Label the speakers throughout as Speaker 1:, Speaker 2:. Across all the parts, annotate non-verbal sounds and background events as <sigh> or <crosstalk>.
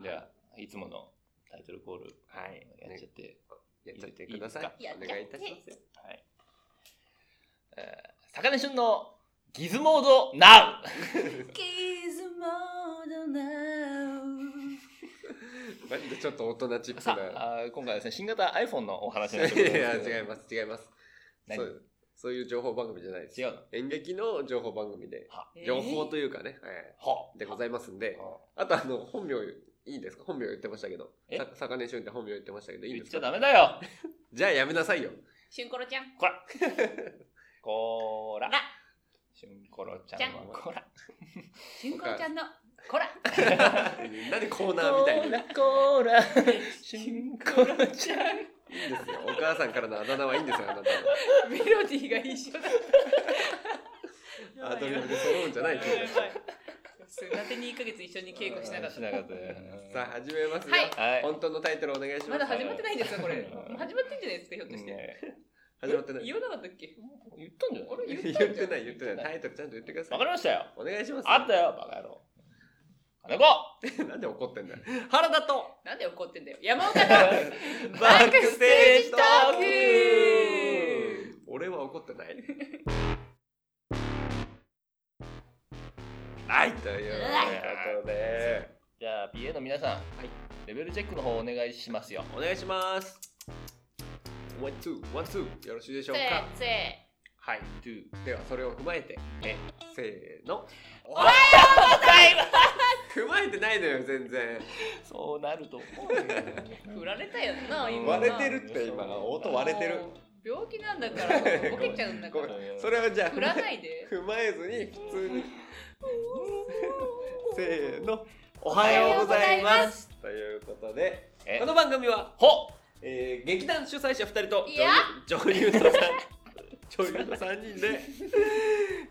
Speaker 1: じゃあ、いつものタイトルコール、
Speaker 2: はい
Speaker 1: やっちゃって。
Speaker 2: やっちゃってください。
Speaker 3: いい
Speaker 2: お
Speaker 3: ですか
Speaker 2: 願いいたしますよ。
Speaker 1: はい。えー坂根俊のギズモードナウ
Speaker 3: キズモードナウ
Speaker 2: 割とちょっと大人チッ
Speaker 1: さ
Speaker 2: クな。
Speaker 1: あ、あー今回はですね、新型 iPhone のお話
Speaker 2: <laughs> い
Speaker 1: なんですけど
Speaker 2: や、違います、違います。
Speaker 1: 何
Speaker 2: そうそういう情報番組じゃないです。
Speaker 1: 違うの
Speaker 2: 演劇の情報番組で、
Speaker 1: は、
Speaker 2: 情報というかね、
Speaker 1: は
Speaker 2: はい、でございますんで、
Speaker 1: は
Speaker 2: あとあの、本名、いいんですか本名言ってましたけど
Speaker 1: え、
Speaker 2: さ坂根俊って本名言ってましたけど、いいん
Speaker 1: 言っ
Speaker 2: です
Speaker 1: ちゃ
Speaker 2: か
Speaker 1: ダメだよ
Speaker 2: じゃあやめなさいよ。 <laughs>
Speaker 3: シュンコロちゃん
Speaker 1: こら <laughs> こーら
Speaker 3: ら
Speaker 1: しゅんころちゃ
Speaker 3: ちゃ
Speaker 1: ん
Speaker 3: ん
Speaker 1: はこら
Speaker 3: シュンコロちゃんのこら
Speaker 2: なんでコーナーみ
Speaker 1: <laughs>
Speaker 2: たいに。いいんで
Speaker 1: こらこらしゅんころちゃん
Speaker 2: すよ。お母さんからのあだ名はいいんですよ、あなたは。
Speaker 3: メロディーが一緒だ
Speaker 2: アドリブで揃うんじゃないけど。
Speaker 3: だてに1ヶ月一緒に稽古しなかっ
Speaker 1: しなかったね
Speaker 2: さあ、始めますよ。
Speaker 3: はい
Speaker 1: はい
Speaker 2: 本当のタイトルお願いしたま。
Speaker 3: ますだ始まってないんですよこれもう始まってんじゃないですかひょっとして
Speaker 1: ね
Speaker 2: 始まってない。
Speaker 3: 言わなかったっけ
Speaker 1: 言ったんじゃない
Speaker 3: 俺
Speaker 2: 言
Speaker 3: 言っ
Speaker 2: った
Speaker 3: んじ
Speaker 2: て
Speaker 3: ゃん
Speaker 2: ない、言ってない。タイトルちゃんと言ってくださ
Speaker 1: わか
Speaker 2: い。
Speaker 1: りましたよ
Speaker 2: お願いします。
Speaker 1: あったよバカ野郎金子
Speaker 2: <laughs> なんで怒ってんだよ。原田と
Speaker 3: なんで怒ってんだよ山岡だ
Speaker 2: バ
Speaker 3: ックステージトー
Speaker 2: ク俺は怒ってない。 <laughs> はい、ということで、
Speaker 1: じゃあ PA の皆さん、
Speaker 2: い
Speaker 1: レベルチェックの方お願いしますよ
Speaker 2: お願いします。ワン、ツー、ワン、ツー、よろしいでしょうか。
Speaker 3: せせ
Speaker 2: はい、トゥー。では、それを踏まえて、えせーの。お
Speaker 3: はようございま
Speaker 2: 踏まえてないのよ、全然。
Speaker 1: そうなると思うよ
Speaker 3: す振られたよな今
Speaker 2: 割れてるって今音割れてる
Speaker 3: もう病気なんだからボケちゃうんだか
Speaker 2: ごめ
Speaker 3: ら
Speaker 2: ん。それはじゃあ、
Speaker 3: 振らないで
Speaker 2: 踏まえずに普通に <laughs> せーのおはようございますということで
Speaker 1: え
Speaker 2: この番組は、
Speaker 1: ほ
Speaker 2: えー劇団主催者2人と
Speaker 3: いや
Speaker 2: 女優女優の3 <laughs> 女優の3人で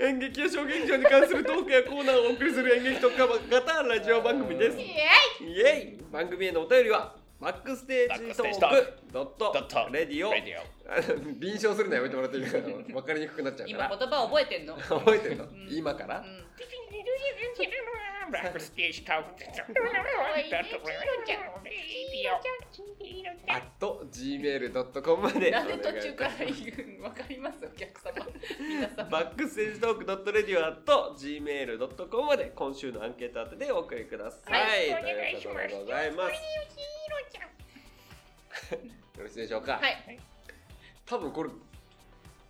Speaker 2: 演劇や小劇場に関するトークやコーナーをお送りする演劇特化型ラジオ番組です
Speaker 3: イ
Speaker 2: イ
Speaker 3: エ
Speaker 2: エイ番組へのお便りはバックステージトークドッ
Speaker 1: ドッ
Speaker 2: ト
Speaker 1: ト
Speaker 2: レディオ
Speaker 1: レディ
Speaker 2: <laughs> あの臨床するのやめてもらっていいかな分かりにくくなっちゃ
Speaker 3: イ
Speaker 2: うか
Speaker 3: 今
Speaker 2: ら
Speaker 3: 言葉覚えてんの、うん、
Speaker 2: 覚えてんの
Speaker 3: ん
Speaker 2: 今から
Speaker 1: オブラックステージタウン
Speaker 2: あと gmail.com まで
Speaker 3: なんで途中から言うわかりますお客様皆さん
Speaker 2: バックステージトーク .radio あと gmail.com まで今週のアンケート宛てでお送りください、ということでございますよろしいでしょうか、
Speaker 3: はい
Speaker 2: 多分これ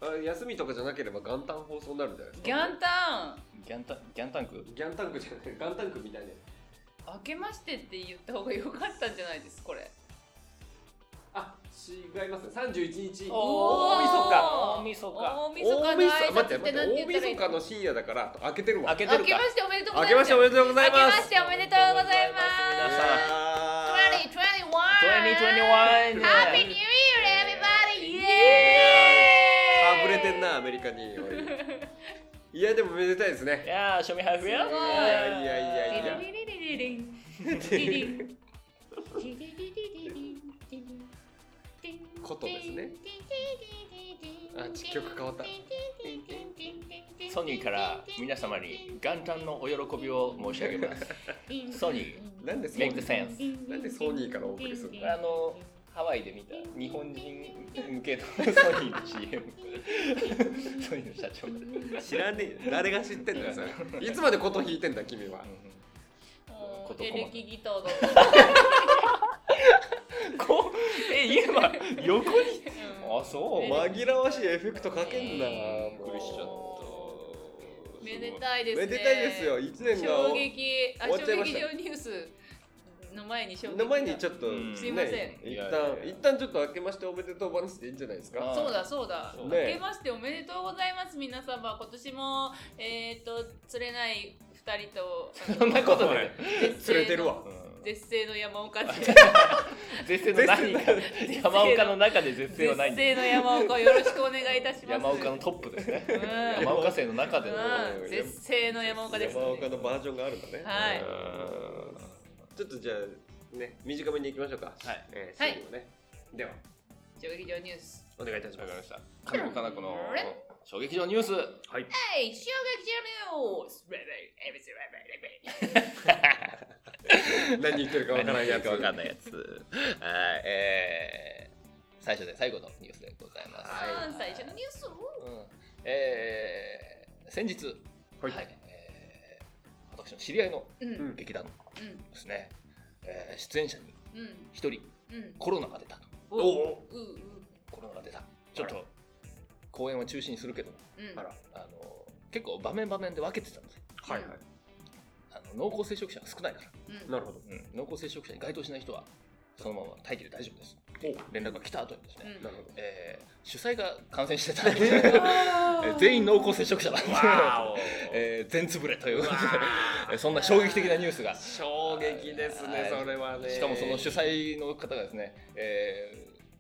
Speaker 2: あ休みとかじゃなければ元旦放送になるんじゃないですか
Speaker 3: ギャンタ
Speaker 1: ギャンタンギャンタンク
Speaker 2: ギャンタンクじゃない元旦クみたいな
Speaker 3: ン明けましてって言った方が良かったんじゃないですこれ
Speaker 2: あ違いますね31日
Speaker 1: おー
Speaker 2: 大晦日
Speaker 1: 大晦日
Speaker 3: 大晦日の
Speaker 2: 大晦日
Speaker 3: 挨
Speaker 2: 待っ
Speaker 3: 拶
Speaker 2: て
Speaker 3: って
Speaker 2: 待って
Speaker 3: なん
Speaker 2: 大
Speaker 3: て言ったらい
Speaker 2: 晦
Speaker 3: い
Speaker 2: 日の深夜だから開けてるわ
Speaker 1: 開けて
Speaker 3: 明
Speaker 1: る
Speaker 3: け
Speaker 1: か
Speaker 3: ましておめでとうご
Speaker 2: 明
Speaker 3: ざ
Speaker 2: け
Speaker 3: い
Speaker 2: ま
Speaker 3: ま
Speaker 2: し
Speaker 3: す
Speaker 2: ておめでとうございます
Speaker 3: 明けましておめでとうございま
Speaker 1: 2021
Speaker 3: す2021 Happy New Year everybody! イエーイ
Speaker 2: あぶれてんなアメリカにおいいやでもめでたいです
Speaker 1: い
Speaker 2: ね
Speaker 1: やー庶民配布や
Speaker 3: すごい
Speaker 1: いやいやいやいや
Speaker 3: リリリリリリンリリンリリリリリリンリリン
Speaker 2: ことですねあ曲変わった
Speaker 1: ソニーから皆様に元旦のお喜びを申し上げますソニー
Speaker 2: なんでソニ
Speaker 1: Make
Speaker 2: ー
Speaker 1: sense
Speaker 2: なんでソニーからお送りする
Speaker 1: あの <laughs> ハワイで見た日本人向けのソニーの CM ソニーの社長がうん
Speaker 2: 知らねえよ誰が知ってんだよそれいつまでこと弾いてんだ君は
Speaker 3: もうエレキギターだ
Speaker 1: こうえ今横にあそう
Speaker 3: ま
Speaker 2: 紛らわしいエフェクトかけんな
Speaker 3: えー
Speaker 2: も
Speaker 1: びっ
Speaker 2: う
Speaker 1: くりしちゃった
Speaker 3: めでたいですね
Speaker 2: めでたいですよ一年が
Speaker 3: 衝撃あ
Speaker 2: 終わっ
Speaker 3: 衝
Speaker 2: ちゃいまし
Speaker 3: 撃
Speaker 2: た
Speaker 3: 場ニュースの前に衝撃
Speaker 2: の前にち
Speaker 3: ょっ
Speaker 2: ょっと
Speaker 1: うん
Speaker 3: すいません
Speaker 2: ね
Speaker 1: い
Speaker 2: 一
Speaker 1: やい
Speaker 2: 旦
Speaker 1: やいや
Speaker 2: 一旦ちょっと明けましておめでとう話でいいんじゃないです
Speaker 1: あ
Speaker 2: か
Speaker 3: そうだそうだ
Speaker 1: そう
Speaker 3: 明
Speaker 2: ね
Speaker 3: けましておめでとうございます皆様今年もえっと釣れない二人とあの
Speaker 1: そんなことない
Speaker 3: 絶
Speaker 2: 釣
Speaker 3: 世の
Speaker 2: れてるわ
Speaker 3: 絶世の山
Speaker 1: <laughs>
Speaker 3: 岡で
Speaker 1: 絶世の何か山岡の中で絶世はない
Speaker 3: 絶
Speaker 1: んで
Speaker 3: 世の山岡をよろしくお願いいたします
Speaker 1: 山岡のトップですね
Speaker 3: うん
Speaker 1: 山岡生の中での
Speaker 3: うん絶世の山岡です
Speaker 2: 山岡のバージョンがあるんだね
Speaker 3: はい
Speaker 2: ちょっとじゃあね短めにいきましょうか
Speaker 1: はい
Speaker 2: えー
Speaker 3: はい
Speaker 2: 最後ねでは
Speaker 3: 衝撃場ニュース
Speaker 2: お願いいたし
Speaker 1: わ
Speaker 2: ま
Speaker 1: かりますした金子かな子の衝撃のニュース
Speaker 2: はい
Speaker 3: はい衝撃場ニュースレベルエビスレベルレベル
Speaker 2: 何言ってるかわからんやつ
Speaker 1: わかんないやつ。はい、えー、最初で最後のニュースでございます。
Speaker 3: あー最初のニュース
Speaker 1: うんえー先日、
Speaker 2: はい
Speaker 1: えー私の知り合いの
Speaker 3: うんうん
Speaker 1: 劇団
Speaker 3: うん
Speaker 1: ですね、えー出演者に
Speaker 3: うん
Speaker 1: 1人
Speaker 3: うん
Speaker 1: コロナが出たと
Speaker 2: おお
Speaker 3: うう
Speaker 1: コロナが出たちょっと公演は中止にするけど
Speaker 3: うん
Speaker 2: あら
Speaker 1: あの結構場面場面で分けてたんですよ
Speaker 2: はいは
Speaker 1: あの濃厚接触者が少ないから、
Speaker 3: うん
Speaker 2: いなるほど
Speaker 1: うん濃厚接触者に該当しない人はそのまま待機で大丈夫です連絡が来た後にですね、
Speaker 3: うん
Speaker 2: なるほど
Speaker 1: えー主催が感染してたんでえー全員濃厚接触者だった
Speaker 2: わーお
Speaker 1: えー全潰れという
Speaker 2: う
Speaker 1: こと
Speaker 2: わ
Speaker 1: で <laughs> えー
Speaker 2: ー
Speaker 1: そんな衝撃的なニュースが
Speaker 2: 衝撃ですね
Speaker 1: はい
Speaker 2: それはね
Speaker 1: しかもその主催の方がですね、え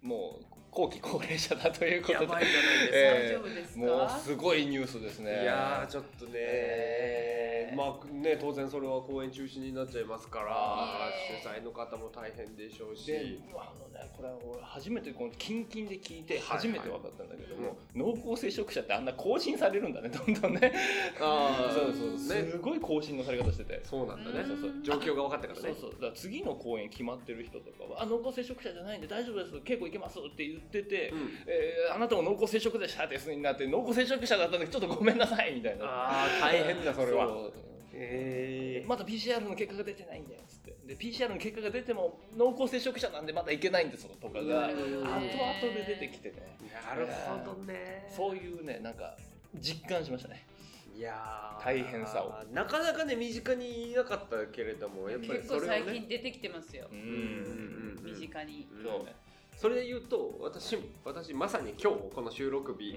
Speaker 1: ーもう後期高齢者だということ
Speaker 2: や
Speaker 1: で
Speaker 2: ばいじゃないです
Speaker 1: え
Speaker 3: 大丈夫ですか
Speaker 1: もうすごいニュースです
Speaker 2: か
Speaker 1: ね
Speaker 2: いやーちょっとね
Speaker 1: えー
Speaker 2: まあね当然それは公演中止になっちゃいますから
Speaker 3: えー
Speaker 2: 主催の方も大変でしょうし
Speaker 1: であのねこれ俺初めてこのキンキンで聞いて
Speaker 2: はいはい
Speaker 1: 初めて分かったんだけども、濃厚接触者ってあんな更新されるんだねどんどんね
Speaker 2: あー
Speaker 1: そうそう
Speaker 2: ね
Speaker 1: すごい更新のされ方してて
Speaker 2: そうなんだね
Speaker 3: うん
Speaker 1: そうそう
Speaker 2: 状況が分かったから
Speaker 1: そう
Speaker 2: ね
Speaker 1: そうだから次の公演決まってる人とかは「あ濃厚接触者じゃないんで大丈夫です稽古行けます」って言ってて、
Speaker 2: うん
Speaker 1: えーあなたも濃厚接触者ですになって濃厚接触者だったんでちょっとごめんなさいみたいな
Speaker 2: ああ大変だそれは
Speaker 1: そう
Speaker 2: えー
Speaker 1: まだ PCR の結果が出てないんだよつってで PCR の結果が出ても濃厚接触者なんでまだ行けないんですとかが
Speaker 2: な
Speaker 1: 後
Speaker 2: るほど
Speaker 1: 々で
Speaker 2: ね
Speaker 1: 出てきてね
Speaker 2: なるほどね
Speaker 1: そういうねなんか実感しましたね
Speaker 2: いやー
Speaker 1: 大変さを
Speaker 2: なかなかね身近にいなかったけれどもやっぱり
Speaker 3: 結
Speaker 2: そ
Speaker 3: 構
Speaker 2: れ
Speaker 3: 最
Speaker 2: をね
Speaker 3: 近出てきてますよ
Speaker 1: う
Speaker 2: うんうんうん
Speaker 3: 身近に
Speaker 2: うん
Speaker 1: そうね
Speaker 2: それで言うと私私まさに今日この収録日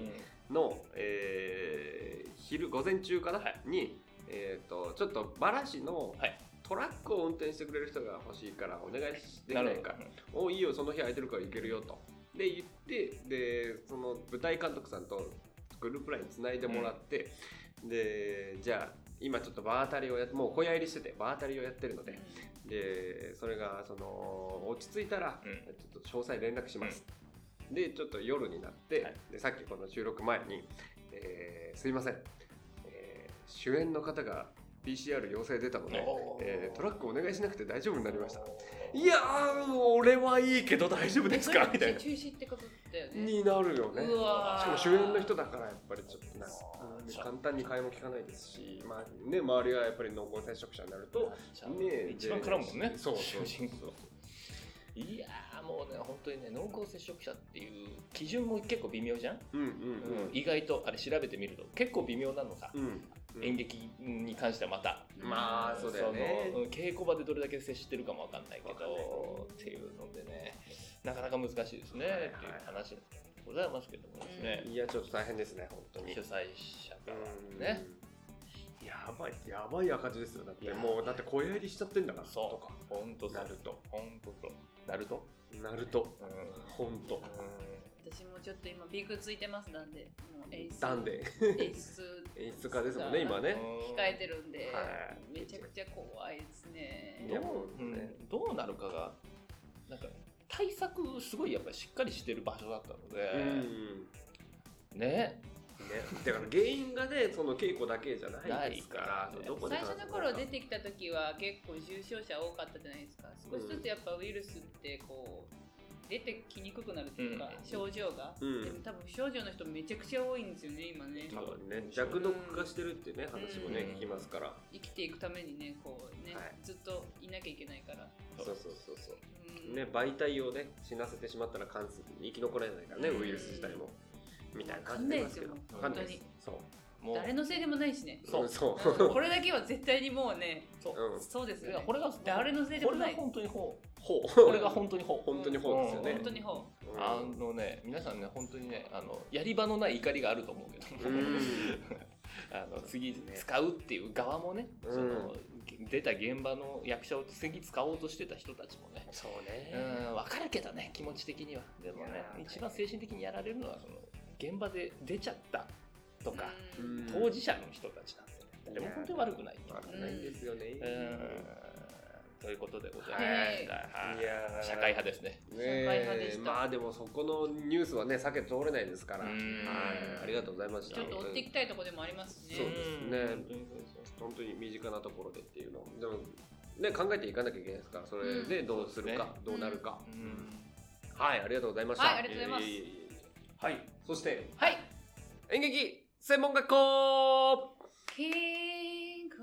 Speaker 2: の、えー昼午前中かな、
Speaker 1: はい
Speaker 2: に、えー、とちょっとバラ市の
Speaker 1: はい
Speaker 2: トラックを運転してくれる人が欲しいからお願いできな
Speaker 1: ないるほ
Speaker 2: か
Speaker 1: ど
Speaker 2: おいいよその日空いてるから行けるよとで言ってでその舞台監督さんとグループラインつないでもらって、でじゃあ今ちょっと場当たりをやってもう小屋入りしてて場当たりをやってるのででそれがその落ち着いたら、
Speaker 1: うん
Speaker 2: ちょっと詳細連絡します、でちょっと夜になって、
Speaker 1: はい
Speaker 2: でさっきこの収録前に「えーすいません、えー主演の方が PCR 陽性出たので、
Speaker 1: おー
Speaker 2: えートラックお願いしなくて大丈夫になりました」いやー俺はいいけど大丈夫ですかみたいな
Speaker 3: 中止ってことだよね
Speaker 2: になるよね
Speaker 3: うわー
Speaker 2: しかも主演の人だからやっぱりちょっとなんか
Speaker 1: そう
Speaker 2: うん簡単に買いも利かないですし、まあね、周りがやっぱり濃厚接触者になると、ね
Speaker 1: 一番絡むもんね
Speaker 2: そうそ
Speaker 1: 主
Speaker 2: う
Speaker 1: 人公いやーもうね本当にね濃厚接触者っていう基準も結構微妙じゃん、
Speaker 2: うんうん
Speaker 1: うん意外とあれ調べてみると結構微妙なのさ、
Speaker 2: うん、うんうん、
Speaker 1: 演劇に関してはまた、
Speaker 2: まあそうだよね
Speaker 1: そのうん稽古場でどれだけ接してるかもわかんないけど
Speaker 2: わかんない
Speaker 1: っていうのでねなかなか難しいですね、
Speaker 2: はいはい
Speaker 1: っていう話でございますけどもですね、
Speaker 2: いやちょっと大変ですね本当に
Speaker 1: 主催者から
Speaker 2: うん
Speaker 1: ね、
Speaker 2: やばいやばい赤字ですよだっ
Speaker 1: い
Speaker 2: て
Speaker 1: や
Speaker 2: もうだって小屋入りしちゃってんだから
Speaker 1: そう
Speaker 2: とか
Speaker 1: ほんとそう
Speaker 2: なると
Speaker 1: ほんとそうなると
Speaker 2: なると
Speaker 1: うん
Speaker 2: 本当
Speaker 3: 私もちょっと今ビクついてますなんでもう演出
Speaker 2: なんで
Speaker 3: 演出
Speaker 2: 演出家ですもんね今
Speaker 1: うん
Speaker 2: ね
Speaker 3: 控えてるんで、
Speaker 2: は
Speaker 3: めちゃくちゃ怖いですね
Speaker 2: いや
Speaker 1: どう,、うん、どうなるかがなんか対策すごいやっぱりしっかりしてる場所だったの
Speaker 2: うん
Speaker 1: で、ね
Speaker 2: ね、だから原因がねその稽古だけじゃないですから
Speaker 1: ない
Speaker 2: そうどこで
Speaker 3: 最
Speaker 2: 感
Speaker 3: 初
Speaker 2: 染
Speaker 3: の頃出
Speaker 2: か
Speaker 3: てきた時は結構重症者多かったじゃないですか少しずつやっぱウイルスってこう出てきにくくなるっていうか、
Speaker 1: うん
Speaker 3: 症状が、
Speaker 2: うん
Speaker 3: でも多分不症状の人めちゃくちゃ多いんですよね今ね
Speaker 2: 多分ね弱毒化してるってね話も
Speaker 1: うん
Speaker 2: ね聞きますから
Speaker 3: 生きていくためにねこうね、
Speaker 2: はい
Speaker 3: ずっといなきゃいけないから、
Speaker 2: そうそうそうそう
Speaker 3: うん
Speaker 2: ね媒体をね死なせてしまったら感染生き残れないからね
Speaker 3: うん
Speaker 2: ウイルス自体もみたいな感じでますけど
Speaker 3: わ
Speaker 2: わ
Speaker 1: か
Speaker 2: か
Speaker 1: ん
Speaker 2: ん
Speaker 1: な
Speaker 2: ないい
Speaker 3: です
Speaker 2: で
Speaker 3: よ
Speaker 2: すそう
Speaker 1: もう
Speaker 3: 誰のせいでもない
Speaker 2: <laughs>
Speaker 3: しね
Speaker 2: そうそ
Speaker 3: うんこれだけは絶対にもうね
Speaker 1: そう
Speaker 2: う、うん、
Speaker 3: そうです
Speaker 1: い
Speaker 3: よ
Speaker 1: や
Speaker 3: ね
Speaker 1: これが
Speaker 3: 誰のせいで
Speaker 1: こ
Speaker 3: も
Speaker 1: れが
Speaker 3: ない
Speaker 1: 本当にほ
Speaker 2: ほう
Speaker 1: うこれが本当にほう
Speaker 2: 本当にほうですよね
Speaker 3: 本当にほ
Speaker 1: あのね皆さんね本当にねあのやり場のない怒りがあると思うけど
Speaker 2: うん
Speaker 1: あの次使うっていう側もね、
Speaker 2: うん
Speaker 1: その出た現場の役者を次使おうとしてた人たちもね
Speaker 2: そう
Speaker 1: う
Speaker 2: ね
Speaker 1: ん分かるけどね気持ち的にはでも
Speaker 2: い
Speaker 1: ね
Speaker 2: やー
Speaker 1: 一番精神的にやられるのはその現場で出ちゃったと
Speaker 3: う
Speaker 1: か、
Speaker 3: う
Speaker 2: うんん
Speaker 1: 当事者の人たちなんでね誰も本当に悪くない
Speaker 2: わかんないんですよね
Speaker 1: うんということでございました、はい
Speaker 2: いやー
Speaker 1: 社会派ですね
Speaker 2: ね
Speaker 3: 社会派でし
Speaker 2: え
Speaker 3: た
Speaker 2: まあでもそこのニュースはね避けて通れないですから
Speaker 1: う
Speaker 2: はい
Speaker 1: ん
Speaker 2: ありがとうございました
Speaker 3: ちょっと追っていきたいところでもありますしね
Speaker 2: そうですね
Speaker 1: ん本当にそうですよ
Speaker 2: 本当に身近なところでっていうのでもね、考えていかなきゃいけないですからそれでどうするか、
Speaker 1: う
Speaker 2: どうなるか、
Speaker 1: うん <laughs>
Speaker 2: はいありがとうございました、
Speaker 3: はいありがとうございます
Speaker 2: ええええええ
Speaker 1: はい
Speaker 2: そして
Speaker 3: はい
Speaker 2: 演劇専門学校
Speaker 3: 健康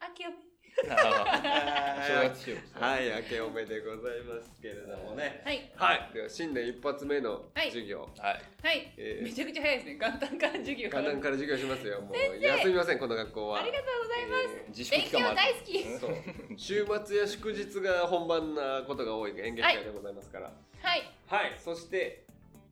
Speaker 3: あきよ
Speaker 1: 正月仕様ですね
Speaker 2: はい明けおめでございますけれどもね
Speaker 3: はい
Speaker 2: はいでは新年一発目の
Speaker 3: はい
Speaker 2: 授業、
Speaker 1: はい
Speaker 3: はい、
Speaker 2: えー
Speaker 3: めちゃくちゃ早いですね元旦から授業
Speaker 2: 元旦から授業しますよもう休みませんこの学校は
Speaker 3: ありがとうございます、
Speaker 2: えー
Speaker 1: 自粛
Speaker 3: 勉
Speaker 1: 期間もあ
Speaker 3: 強
Speaker 1: っ
Speaker 3: 大好き、
Speaker 1: て
Speaker 2: そう週末や祝日が本番なことが多い演劇会でございますから
Speaker 3: はい
Speaker 2: はい、そして、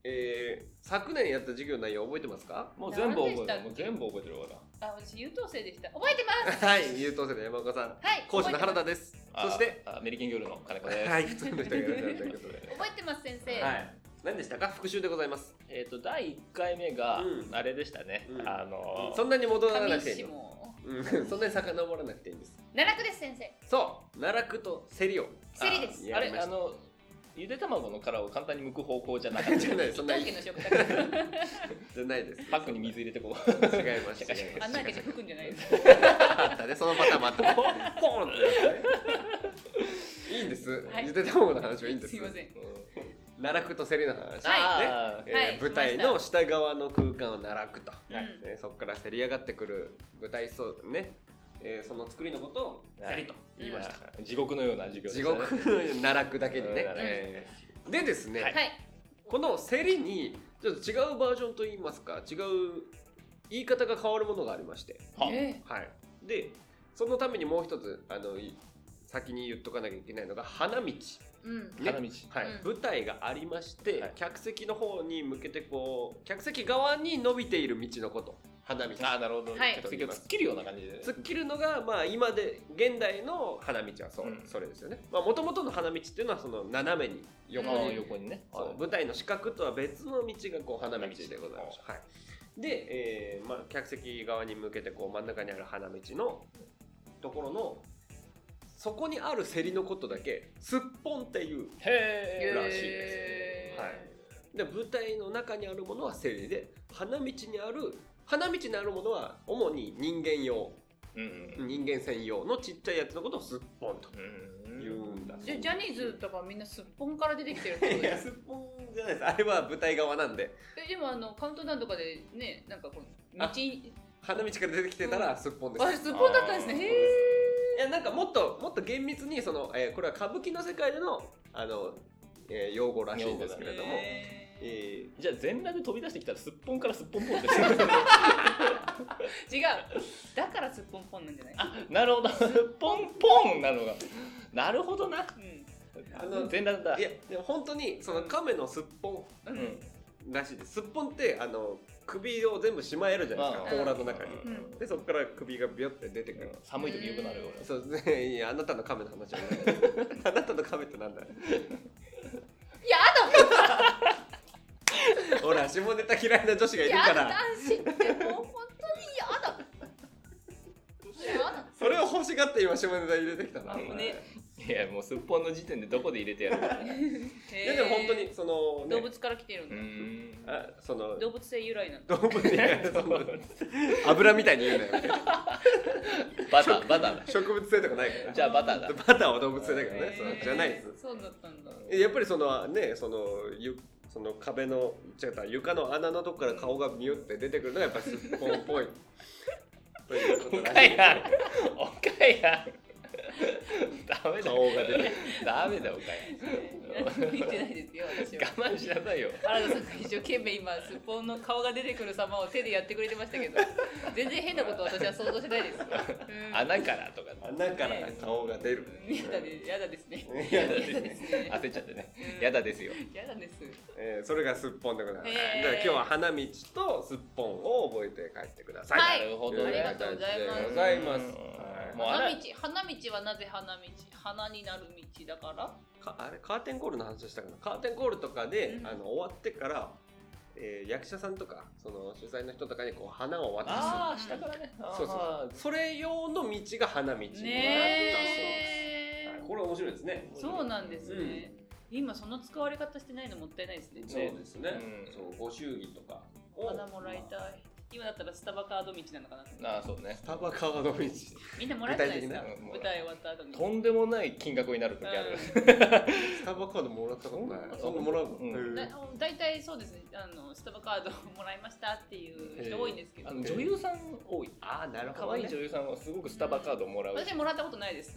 Speaker 2: えー昨年やった授業の内容覚えてますか
Speaker 1: もう全部覚え
Speaker 3: 何でした
Speaker 1: て
Speaker 3: っ
Speaker 1: る
Speaker 3: け
Speaker 1: もう全部覚えてるわな
Speaker 3: あ私優等生でした覚えてます
Speaker 2: はい優等生の山岡さん
Speaker 3: はい
Speaker 2: 講師の原田です
Speaker 1: あ
Speaker 2: そして
Speaker 1: あアメリカンギョールの金子です
Speaker 2: はい普通の人がいらっしゃるということで
Speaker 3: 覚えてます覚えてます先生、
Speaker 2: はい何でしたか復習でございます
Speaker 1: えっと第1回目が
Speaker 2: うん
Speaker 1: あれでしたね
Speaker 2: うん
Speaker 1: あの
Speaker 2: そんなに戻ら
Speaker 3: 上
Speaker 2: なくてい
Speaker 3: 石
Speaker 2: いの
Speaker 3: も
Speaker 2: うんそんなに遡らなくていいんです
Speaker 3: 奈落です先生
Speaker 2: そう奈落とセリオ
Speaker 3: セリです
Speaker 1: あ
Speaker 2: やりま
Speaker 1: れ
Speaker 2: した
Speaker 1: あのゆで卵の殻を簡単に剥く方向じゃなかった
Speaker 2: <laughs> じゃないそんな
Speaker 3: 陶
Speaker 2: に
Speaker 3: 器
Speaker 2: じ
Speaker 3: の食卓
Speaker 2: ゃないです
Speaker 1: パックに水入れてこ
Speaker 2: 違
Speaker 1: う
Speaker 2: います違い
Speaker 3: あ
Speaker 2: ま
Speaker 3: ん
Speaker 2: す
Speaker 3: なわけじゃ吹くんじゃないです
Speaker 2: あったねそのパターンもあったポーンっていいんです
Speaker 3: はい
Speaker 2: ゆで卵の話はいいんです
Speaker 3: すいません
Speaker 2: 奈落とセリの話ね
Speaker 3: はい
Speaker 1: あー
Speaker 2: えー
Speaker 3: はい
Speaker 2: 舞台の下側の空間を奈落と、
Speaker 3: うん
Speaker 2: えーそこからせり上がってくる舞台そうね、えーその作りのことを
Speaker 1: はい
Speaker 2: せりと言いました、
Speaker 1: あー地獄のような授業でし
Speaker 2: 地
Speaker 1: たね
Speaker 2: 獄の奈落だけにね
Speaker 1: うん、
Speaker 2: えーでですね、
Speaker 1: は
Speaker 3: はい
Speaker 2: このせりにちょっと違うバージョンといいますか違う言い方が変わるものがありまして、
Speaker 1: は
Speaker 3: え
Speaker 2: はい、でそのためにもう一つあのい先に言っとかなきゃいけないのが花道、
Speaker 3: えうん
Speaker 2: ね
Speaker 1: 花道
Speaker 2: はい
Speaker 3: うん
Speaker 2: 舞台がありまして、
Speaker 1: はい
Speaker 2: 客席の方に向けてこう客席側に伸びている道のこと花道
Speaker 1: ああなるほど
Speaker 3: はい
Speaker 1: 客席を突っ切るような感じで
Speaker 2: 突っ切るのが、まあ、今で現代の花道はそう、
Speaker 1: うん
Speaker 2: それですよねもともとの花道っていうのはその斜めに横
Speaker 1: あ
Speaker 2: に、
Speaker 1: ー横にね
Speaker 2: そう
Speaker 1: はい
Speaker 2: 舞台の四角とは別の道がこう花道でございました、はい、で、えーまあ、客席側に向けてこう真ん中にある花道のところのそこにある競りのことだけすっぽんっていう
Speaker 1: へえ
Speaker 2: らしい
Speaker 3: へ
Speaker 2: は
Speaker 3: ー
Speaker 2: いで舞台の中にあるものは生理で花道にある花道にあるものは主に人間用
Speaker 1: うんうん
Speaker 2: 人間専用のちっちゃいやつのことをすっぽんと
Speaker 1: うん
Speaker 2: 言うんだ
Speaker 3: じゃあジャニーズとかみんなすっぽんから出てきてるってこ
Speaker 2: い
Speaker 3: と
Speaker 2: <laughs>
Speaker 3: で
Speaker 2: や
Speaker 3: す
Speaker 2: すっぽんじゃないですあれは舞台側なんで
Speaker 3: えでもあのカウントダウンとかでねなんかこう道
Speaker 2: あ
Speaker 3: に
Speaker 2: 花道から出てきてたらすっぽんです、
Speaker 3: 私
Speaker 2: い
Speaker 3: すっぽんだったんです
Speaker 1: あー
Speaker 3: ねへ
Speaker 2: やなんかもっともっと厳密にその、えーこれは歌舞伎の世界でのあの、えー用語らしいんですけれども、
Speaker 1: 用語だね
Speaker 3: え
Speaker 2: え
Speaker 1: じゃあ全裸で飛び出してきたらすっぽんからすっぽんぽんって
Speaker 2: <laughs>
Speaker 1: してる
Speaker 3: 違うだからすっぽんぽんなんじゃない
Speaker 1: あなるほどすっぽんぽんなのがなるほどな
Speaker 3: うん
Speaker 2: あの
Speaker 1: 全裸だ
Speaker 2: ーいやでも本当にその亀のすっぽん
Speaker 3: う
Speaker 1: うんん
Speaker 2: らしいですすっぽんってあの首を全部しまえるじゃないですか
Speaker 1: うん
Speaker 2: 甲羅の中に、
Speaker 1: うん
Speaker 2: でそこから首がビョって出てくる、
Speaker 1: 寒い時よくなるよ
Speaker 2: そうですねいやあなたの亀の話じゃないあなたの亀ってなんだ
Speaker 3: いや
Speaker 2: <laughs> ほら下ネタ嫌いな女子がいる
Speaker 3: や
Speaker 2: か
Speaker 3: だ男
Speaker 2: ら
Speaker 3: 子ってもう本
Speaker 2: <laughs>
Speaker 3: 当にやだやだ
Speaker 2: それを欲しがって今下ネタ入れてきたな、
Speaker 1: あ
Speaker 2: お前
Speaker 3: ね
Speaker 1: 俺いやもうすっぽんの時点でどこで入れてやるか
Speaker 2: いやでも本当にその、ね、
Speaker 3: 動物から来てるん
Speaker 1: う
Speaker 3: だ、
Speaker 1: ん
Speaker 2: あその
Speaker 3: 動物性由来なんだ
Speaker 2: 動物いやその油みたいに言うなよ
Speaker 1: バターバターだ
Speaker 2: 植物性とかないから
Speaker 1: じゃあバターだ
Speaker 2: <laughs> バターは動物性だからね、
Speaker 3: へ
Speaker 2: そ
Speaker 3: ー
Speaker 2: うじゃないです
Speaker 3: そうだったんだ
Speaker 2: やっぱりそのねそのゆその壁の違った床の穴のとこから顔がミュって出てくるのがやっぱりすっぽんっぽい。というこ
Speaker 1: お
Speaker 2: とら
Speaker 1: か
Speaker 2: しい
Speaker 1: やんおかやんダメだ
Speaker 2: 顔が出て
Speaker 1: ダメだおか
Speaker 3: 見てないですよ私
Speaker 1: や
Speaker 3: は
Speaker 1: ん我慢しなさいよ
Speaker 3: 原田さんが一生懸命今スッポンの顔が出てくる様を手でやってくれてましたけど全然変なこと私は想像してないです、うん、
Speaker 1: 穴からとか
Speaker 2: 穴から顔が出る。
Speaker 3: やだねやだですね
Speaker 2: やだ
Speaker 1: ですね <laughs> 焦っちゃってねやだですよ
Speaker 3: やだです
Speaker 2: えーそれがすっぽんでございます。
Speaker 3: へー
Speaker 2: だから今日は花道とすっぽんを覚えて帰ってください。
Speaker 3: はい
Speaker 1: なるほど
Speaker 2: と
Speaker 1: ね
Speaker 2: いう
Speaker 3: ありがとうございます
Speaker 2: 感じでございます。
Speaker 1: うん
Speaker 2: はい
Speaker 1: もう
Speaker 3: 花
Speaker 1: 穴
Speaker 3: 道花道はなぜ花道花になる道だから
Speaker 2: かあれカーテンコールの話したかな。カーテンコールとかで、
Speaker 3: うん
Speaker 2: あの終わってから、えー役者さんとかその主催の人とかにこう花を渡す。
Speaker 1: ああ下からね
Speaker 2: そうそうそれ用の道が花道になったそうです、
Speaker 3: ねえ
Speaker 2: はいこれは面白いですね
Speaker 3: そうなんですね、今その使われ方してないのもったいないですね。
Speaker 2: そうですね、
Speaker 1: うん
Speaker 2: そうご祝儀とか
Speaker 3: まだもらいたい。今だったらスタバカード道なのかな。
Speaker 1: ああそうね
Speaker 2: スタバカード道
Speaker 3: みんなもらえたじゃないですか
Speaker 1: 具体的。な
Speaker 3: 舞台終わった後に。
Speaker 1: とんでもない金額になる時ある、
Speaker 3: う
Speaker 2: スタバカードもらったことない
Speaker 1: そんな
Speaker 2: そんなもらうの、
Speaker 1: うん
Speaker 3: ん
Speaker 2: へ
Speaker 3: だ
Speaker 2: え
Speaker 3: 大体そうですねあのスタバカードをもらいましたっていう人多いんですけど
Speaker 1: あの女優さん多い
Speaker 2: ああなるほ
Speaker 1: 可
Speaker 2: ど、
Speaker 1: 愛
Speaker 2: ね
Speaker 1: い、女優さんはすごくスタバカードもらう、
Speaker 3: 私もらったことないです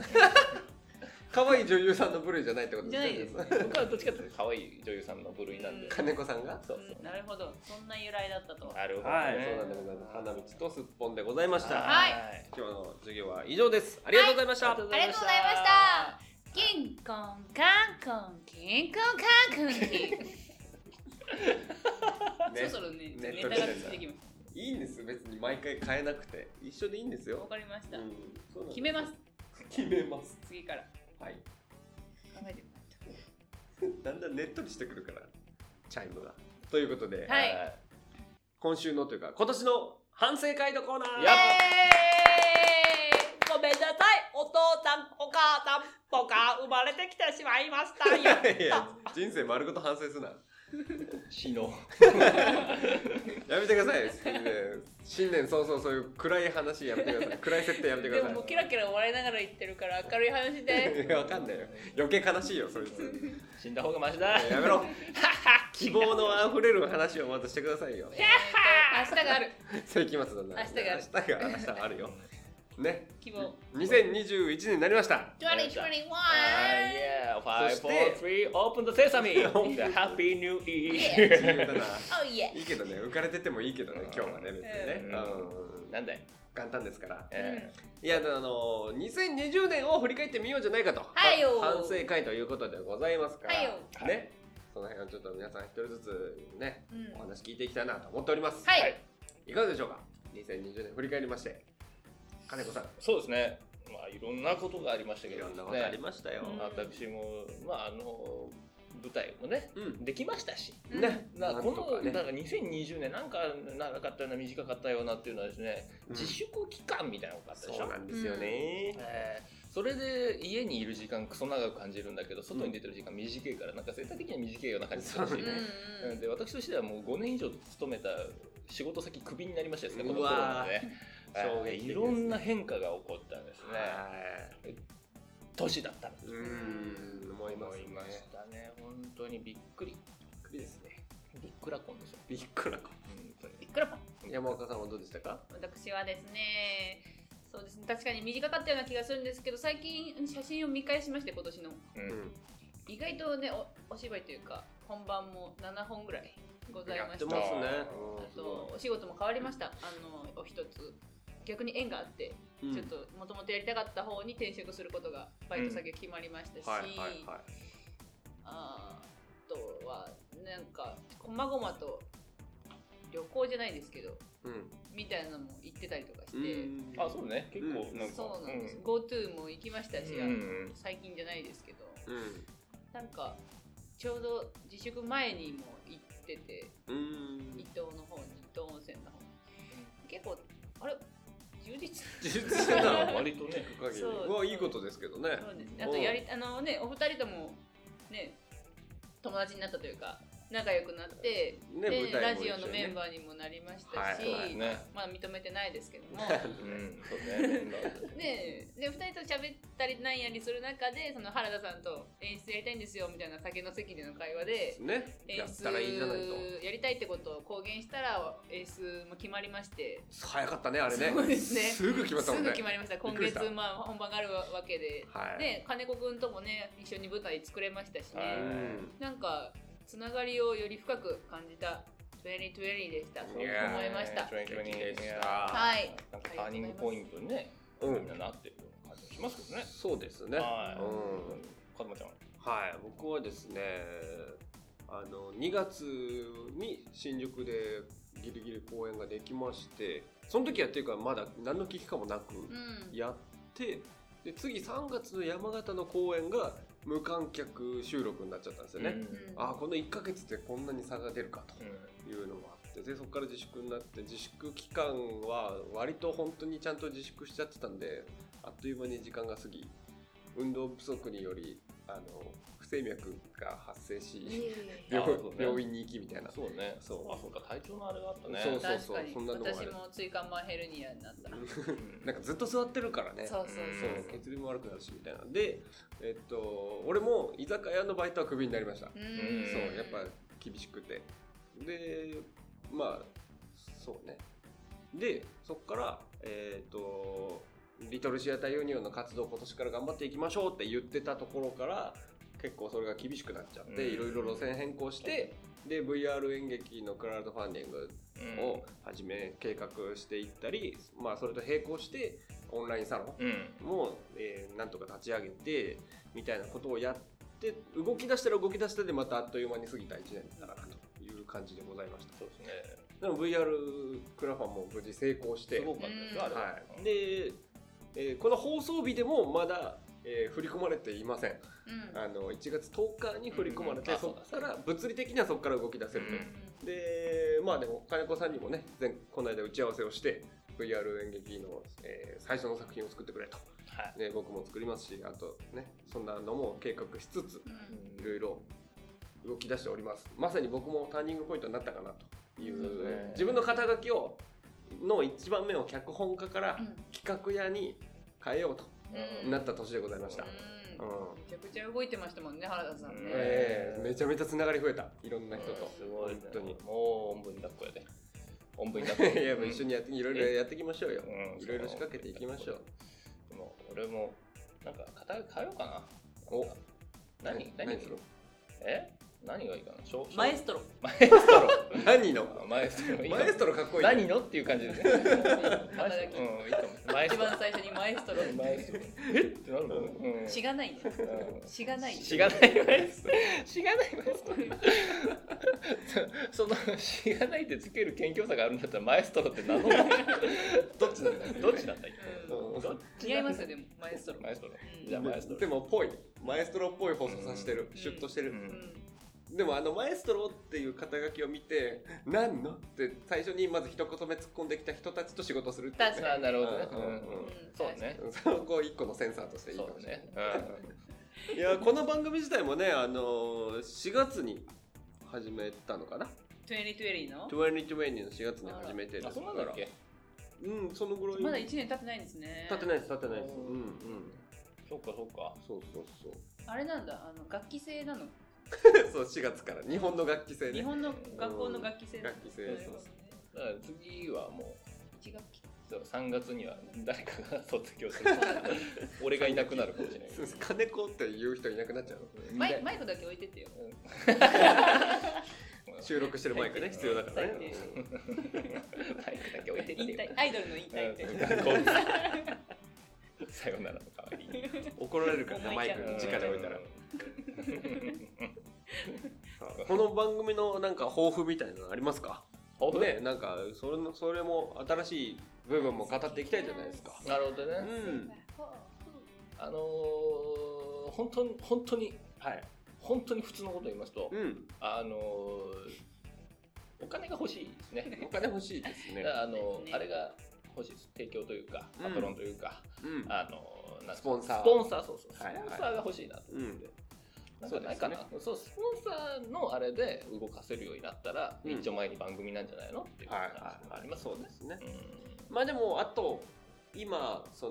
Speaker 2: 可愛い女優さんの部類じゃないってこと
Speaker 3: じゃないです
Speaker 1: 僕はどっちかというと可愛い女優さんの部類なんで、
Speaker 2: <laughs>
Speaker 3: うん
Speaker 2: 金子さんが
Speaker 1: そうそう、
Speaker 3: なるほどそんな由来だったと
Speaker 1: なるほど、ね、
Speaker 2: はい、そうなんでございます。花道とすっぽんでございました。
Speaker 3: はい
Speaker 2: 今日の授業は以上です。ありがとうございました。
Speaker 3: ありがとうございました。キンコンカンコンキンコンカンコンキン。そろそろね、
Speaker 2: ネッ
Speaker 3: ネ
Speaker 2: ト
Speaker 3: タ
Speaker 2: に
Speaker 3: が
Speaker 2: してんだ
Speaker 3: ついてきま
Speaker 2: いいんです。別に毎回変えなくて、一緒でいいんです
Speaker 3: す。わ
Speaker 2: よ。
Speaker 3: かりまし
Speaker 2: う
Speaker 3: た。
Speaker 2: んそうなんです
Speaker 3: 決めます。。
Speaker 2: 決めます。
Speaker 3: 次から考
Speaker 2: はい。
Speaker 3: えてみま
Speaker 2: だんだんねっとりしてくるから。チャイムが。ということで、
Speaker 3: はい
Speaker 2: 今週のというか、今年の反省会のコーナー。
Speaker 1: やっ
Speaker 3: ごめんなさい、お父さん、お母さん、僕は生まれてきてしまいました
Speaker 2: い <laughs> やいや、人生丸ごと反省すな。
Speaker 1: 死の
Speaker 2: やめてください。新年早々そういう暗い話やめてください。暗い設定やめてくだ
Speaker 3: で
Speaker 2: さ
Speaker 3: も
Speaker 2: い
Speaker 3: もう。キラキラ笑いながら言ってるから明るい話で。
Speaker 2: いや <laughs> わかんないよ。余計悲しいよ、そいつ。
Speaker 1: 死んだ方がマシだ
Speaker 2: や
Speaker 1: <laughs>
Speaker 2: め
Speaker 3: <laughs>
Speaker 2: ろ希望のあふれる話をまたしてくださいよ。
Speaker 3: 明日がある
Speaker 2: 世紀末だな。
Speaker 3: 明日が
Speaker 2: 明日
Speaker 3: ある <laughs>
Speaker 2: が明日があるよ。ね。
Speaker 3: 希望。
Speaker 2: 2021年になりました。
Speaker 3: 2021!
Speaker 1: Ah, yeah. Five,
Speaker 2: そ
Speaker 1: four,
Speaker 2: して
Speaker 1: three. Open the sesame. The Happy New Year.
Speaker 2: 自由
Speaker 3: <laughs>
Speaker 2: だな。
Speaker 3: Oh yeah!
Speaker 2: いいけどね、浮かれててもいいけどね、今日はね、別にね。
Speaker 1: うん
Speaker 2: うん
Speaker 1: なんだい。
Speaker 2: 元旦ですから。
Speaker 1: え
Speaker 2: いや、あの、2020年を振り返ってみようじゃないかと。
Speaker 3: はいよ
Speaker 2: 反省会ということでございますから。
Speaker 3: はいよ
Speaker 2: ね。その辺をちょっと皆さん一人ずつね、
Speaker 3: うん
Speaker 2: お話聞いていきたいなと思っております。
Speaker 3: はい、
Speaker 1: はい
Speaker 2: いかがでしょうか2020年振り返りまして金子さん
Speaker 1: ーそうですね。まあいろんなことがありましたけ
Speaker 2: い
Speaker 1: ど
Speaker 2: ろ
Speaker 1: ね
Speaker 2: んなことありましたよ、
Speaker 3: うん
Speaker 1: 私もまああの舞台もね
Speaker 2: うん
Speaker 1: できましたし。
Speaker 3: うん
Speaker 2: ね
Speaker 1: なこ
Speaker 2: とか
Speaker 1: の
Speaker 2: ね
Speaker 1: なんか2020年なんか長かったような短かったようなっていうのはですね、
Speaker 2: うん
Speaker 1: 自粛期間みたいなのがあったでし
Speaker 2: そう
Speaker 1: ょ
Speaker 2: なんですよね、
Speaker 1: えーそれで家にいる時間クソ長く感じるんだけど外に出てる時間短いからなんか全体的には短いような感じするし、
Speaker 2: そうね
Speaker 3: うんうん
Speaker 1: で私としてはもう5年以上勤めた仕事先クビになりましたですね、この
Speaker 2: う
Speaker 1: コロナ
Speaker 2: わー
Speaker 1: でね。
Speaker 2: 衝撃
Speaker 1: えー
Speaker 2: 的ですね
Speaker 1: いろんな変化が起こったんですね。
Speaker 2: は
Speaker 1: 年だったなと
Speaker 2: いうん思います
Speaker 1: 思いまし
Speaker 2: ね
Speaker 1: たね。本当にびっくり。
Speaker 2: びっくりですね
Speaker 1: びっくらこんですよ。
Speaker 2: びっくらこ
Speaker 1: 本当に
Speaker 3: いくらも
Speaker 2: 山岡さんはどうでしたか
Speaker 3: 私はですねそうですね確かに短かったような気がするんですけど最近写真を見返しまして今年の
Speaker 1: うん
Speaker 2: うん
Speaker 3: 意外とねおお芝居というか本番も7本ぐらいござい
Speaker 2: やっ
Speaker 3: ましてた
Speaker 2: ますね
Speaker 3: あ
Speaker 2: うんす
Speaker 3: と
Speaker 2: ご
Speaker 3: お仕事も変わりましたあのお一つ逆に縁があって、
Speaker 2: いうん
Speaker 3: ちょっともともとやりたかった方に転職することがバイト先が決まりましたし、
Speaker 2: はいはいは
Speaker 3: あとはなんかこまごまと旅行じゃないですけど
Speaker 2: いうん
Speaker 3: みたいなのも行ってたりとかして、
Speaker 2: うん
Speaker 1: あ、そうね。結構なんか。
Speaker 3: そうなんです、GoTo も行きましたし、
Speaker 1: うんうん
Speaker 2: <laughs>
Speaker 3: 最近じゃないですけど
Speaker 2: うん
Speaker 3: なんかちょうど自粛前にも行ってて
Speaker 2: うん
Speaker 3: 伊東の方に伊東温泉の方に結構あれ充
Speaker 1: <laughs>
Speaker 3: 実
Speaker 2: 充実してたの
Speaker 1: 割とね
Speaker 2: 聞く限り
Speaker 3: そう
Speaker 2: うわいいことですけどね
Speaker 3: そうですねあとやりあのねお二人ともね友達になったというか仲良くなって、
Speaker 2: ね
Speaker 3: で
Speaker 2: 舞台
Speaker 3: ラ
Speaker 2: も
Speaker 3: ジオのメン
Speaker 2: バ
Speaker 3: バーにもなりました
Speaker 2: はい
Speaker 3: し、
Speaker 1: そうだね。
Speaker 3: まあ認めてないですけど
Speaker 2: <laughs>
Speaker 3: も。
Speaker 1: うん、そうね。
Speaker 3: でで2人と喋ったりなんやりする中でその原田さんと演出やりたいんですよみたいな酒の席での会話で
Speaker 2: ねや
Speaker 3: 演
Speaker 2: っ
Speaker 3: 出
Speaker 2: たらいいじゃないと
Speaker 3: やりたいってことを公言したら演出も決まりまして
Speaker 2: 早かったねあれね
Speaker 3: そうですね
Speaker 2: すぐ決まったも
Speaker 3: す
Speaker 2: ん
Speaker 3: ぐ
Speaker 2: ね
Speaker 3: 決まりました
Speaker 2: びっ
Speaker 3: 今
Speaker 2: くりした
Speaker 3: 月まあ本番があるわけで、
Speaker 2: はい
Speaker 3: で金子くんともね一緒に舞台作れましたし
Speaker 1: は
Speaker 2: う
Speaker 3: ね
Speaker 2: ん
Speaker 3: なんかつながりをより深く感じた2020でしたそう
Speaker 2: いやー
Speaker 3: 思いました
Speaker 1: トレンチ
Speaker 2: でした
Speaker 3: はい
Speaker 1: なんかターニングポイントにね、
Speaker 2: うん
Speaker 1: みんななってる感じがしますけどね。
Speaker 2: そうですね。
Speaker 1: はい。
Speaker 2: うん
Speaker 1: カズマちゃんは。
Speaker 2: はい、僕はですね、あの2月に新宿でギリギリ公演ができまして、その時はっていうかまだ何の危機感もなく
Speaker 3: うん
Speaker 2: やって、で次3月の山形の公演が無観客収録になっちゃったんですよね。
Speaker 3: うん
Speaker 2: ああこの1ヶ月でこんなに差が出るかと。
Speaker 1: うん
Speaker 2: いうのもあってでそこから自粛になって自粛期間は割と本当にちゃんと自粛しちゃってたんであっという間に時間が過ぎ運動不足によりあの不生脈が発生し、
Speaker 3: いえいえ
Speaker 1: や
Speaker 2: 病
Speaker 1: そうね
Speaker 2: 病院に行きみたいな。
Speaker 1: そうね
Speaker 2: そう
Speaker 1: あそうか体調のあれがあったね
Speaker 2: そう
Speaker 3: 確かに
Speaker 2: そんなのもある
Speaker 3: 私も椎間板ヘルニアになった
Speaker 1: うん
Speaker 2: なんかずっと座ってるからね。
Speaker 3: そうそ
Speaker 2: そ
Speaker 3: うそう
Speaker 2: う血流も悪くなるしみたいなでえっと俺も居酒屋のバイトはクビになりました、
Speaker 3: う
Speaker 1: うん
Speaker 2: そ
Speaker 3: ん
Speaker 2: うやっぱ厳しくてでまあそうねでそっからえっとリトルシアターユニオンの活動を今年から頑張っていきましょうって言ってたところから結構それが厳しくなっちゃって
Speaker 1: うん
Speaker 2: いろいろ路線変更してで VR 演劇のクラウドファンディング
Speaker 1: うん
Speaker 2: を始め計画していったり、まあ、それと並行してオンラインサロン
Speaker 1: うん
Speaker 2: も、えーなんとか立ち上げてみたいなことをやって動き出したら動き出したでまたあっという間に過ぎた1年だったかなという感じでございました
Speaker 1: そうですね
Speaker 2: でも VR クラファンも無事成功して
Speaker 1: すごかったですよあれ
Speaker 2: はい、で、えーこの放送日でもまだ、えー振り込まれていません
Speaker 3: うん
Speaker 2: あの1月10日に振り込まれて、
Speaker 1: うんあ
Speaker 2: そ
Speaker 1: そう
Speaker 2: こ
Speaker 1: だ
Speaker 2: から物理的にはそこから動き出せると、
Speaker 1: うん
Speaker 2: でまあでも金子さんにもね前この間打ち合わせをして VR 演劇の、えー最初の作品を作ってくれと、
Speaker 1: はい
Speaker 2: ね、僕も作りますしあとねそんなのも計画しつつ
Speaker 3: うん
Speaker 2: いろいろ動き出しておりますまさに僕もターニングポイントになったかなとい
Speaker 3: そう
Speaker 2: う
Speaker 1: ですね
Speaker 2: 自分の肩書きをの一番目を脚本家から
Speaker 3: うん
Speaker 2: 企画屋に変えようと
Speaker 3: うん
Speaker 2: なった年でございました、
Speaker 3: うん
Speaker 2: うん
Speaker 3: めちゃくちゃ動いてましたもんね原田さんね、
Speaker 2: えーめちゃめちゃつながり増えたいろんな人と、
Speaker 1: すごいね
Speaker 2: 本当に <laughs>
Speaker 1: もうおんぶに抱っこやでおんぶに抱っこ
Speaker 2: いやもう一緒にやっていろいろやっていきましょうよ、
Speaker 1: うん
Speaker 2: いろいろ仕掛けていきましょう
Speaker 1: でも俺もなんか肩書き変えようかな
Speaker 2: お
Speaker 1: 何何
Speaker 2: 何する
Speaker 1: え何がいいかなしょしょ
Speaker 3: マエストロ
Speaker 1: マエストロ
Speaker 2: 何の
Speaker 1: <laughs> マエストロいいか
Speaker 2: マ
Speaker 1: も
Speaker 2: エストロかっこいい
Speaker 1: 何のっていう感じですねマエ
Speaker 3: 働
Speaker 1: ス
Speaker 3: き
Speaker 1: トロうんいいと思うマエ
Speaker 3: 一
Speaker 1: ストロ
Speaker 3: 番最初にマエストロ
Speaker 1: マエストロえってなるのうん
Speaker 3: 血がないね
Speaker 1: うん
Speaker 3: 血がない
Speaker 1: しがないマエストロしがないマエストロそのしがないってつける謙虚さがあるんだったらマエストロって名乗る
Speaker 2: どっちなんだよ
Speaker 1: どっちだったっけ
Speaker 2: うん
Speaker 1: どっ
Speaker 3: 似合いますよでもマエストロ
Speaker 1: マエストロ
Speaker 3: うん
Speaker 1: じゃあマエストロ
Speaker 2: でもぽいマエストロっぽい放送させてる、
Speaker 3: うん
Speaker 2: シュッとしてる、
Speaker 1: うん
Speaker 3: うん
Speaker 2: でもあのマエストロっていう肩書きを見て何のって最初にまず一言目突っ込んできた人たちと仕事するっていう
Speaker 3: 確
Speaker 1: あなるほどね
Speaker 2: うんうん
Speaker 1: うん
Speaker 2: うん
Speaker 1: そうね
Speaker 2: そのこう一個のセンサーとしていいか
Speaker 1: そ
Speaker 2: も
Speaker 1: う
Speaker 2: しれない
Speaker 1: ねうん
Speaker 2: いやこの番組自体もねあの4月に始めたのかな
Speaker 3: 2020の
Speaker 2: 2020の4月に始めてる
Speaker 1: あ、そうなんだっけ
Speaker 2: うんそのぐらい
Speaker 3: まだ1年経ってないんですね
Speaker 2: 立てないです立てないです
Speaker 1: う
Speaker 2: うんんうん
Speaker 1: そうかそうか。
Speaker 2: そうそうそう <laughs>
Speaker 3: あれなんだあの楽器制なの
Speaker 2: そう4月から日本の楽器制
Speaker 3: 日
Speaker 2: ね
Speaker 3: 本の学校の楽器制なの
Speaker 2: 楽器制そうそ
Speaker 1: だから次はも
Speaker 3: 一学期
Speaker 1: うそう3月には誰かが卒業
Speaker 2: <laughs>
Speaker 1: する。俺がいなくなるかもしれないけど。
Speaker 2: う金子っていう人いなくなっちゃうの
Speaker 3: マイマイクだけ置いてってよ
Speaker 2: 収録してるマイクね必要だからね
Speaker 3: 最低
Speaker 1: マイクだけ置いて
Speaker 3: 引
Speaker 1: ってよ。
Speaker 3: 退アイドルの引退って
Speaker 1: うんこうさよならの代わりに。
Speaker 2: 怒られるからね
Speaker 3: お
Speaker 2: マ
Speaker 3: 前
Speaker 2: イ
Speaker 3: ちゃ
Speaker 2: ク
Speaker 3: ん
Speaker 2: 直で置いたら
Speaker 1: うん。
Speaker 2: そうこの番組のなんか抱負みたいなのありますか
Speaker 1: ほど
Speaker 2: ねなんかそれのそれも新しい部分も語っていきたいじゃないですか
Speaker 1: なるほど
Speaker 2: う
Speaker 1: ね。
Speaker 2: ん
Speaker 1: あのー本当に本当に
Speaker 2: はい
Speaker 1: 本当に普通のこと言いますと、
Speaker 2: うん
Speaker 1: あのーお金が欲しいですね。
Speaker 2: お金欲しいですね
Speaker 1: だからあの
Speaker 3: そうですね
Speaker 1: あれが欲しいです提供というか
Speaker 2: うん
Speaker 1: パトロンというか、
Speaker 2: うん
Speaker 1: あのなんか
Speaker 2: スポンサー
Speaker 1: スポンサーそうそうス
Speaker 2: はいはい
Speaker 1: ポンサーが欲しいなと思って、なんかないかな
Speaker 2: そ
Speaker 1: そう,、スポンサーのあれで動かせるようになったら、
Speaker 2: うん
Speaker 1: 一丁前に番組なんじゃないのっていう
Speaker 2: はい
Speaker 1: 話
Speaker 2: はい
Speaker 1: もありますよね
Speaker 2: で、すね
Speaker 1: うん
Speaker 2: まあでもあと今そ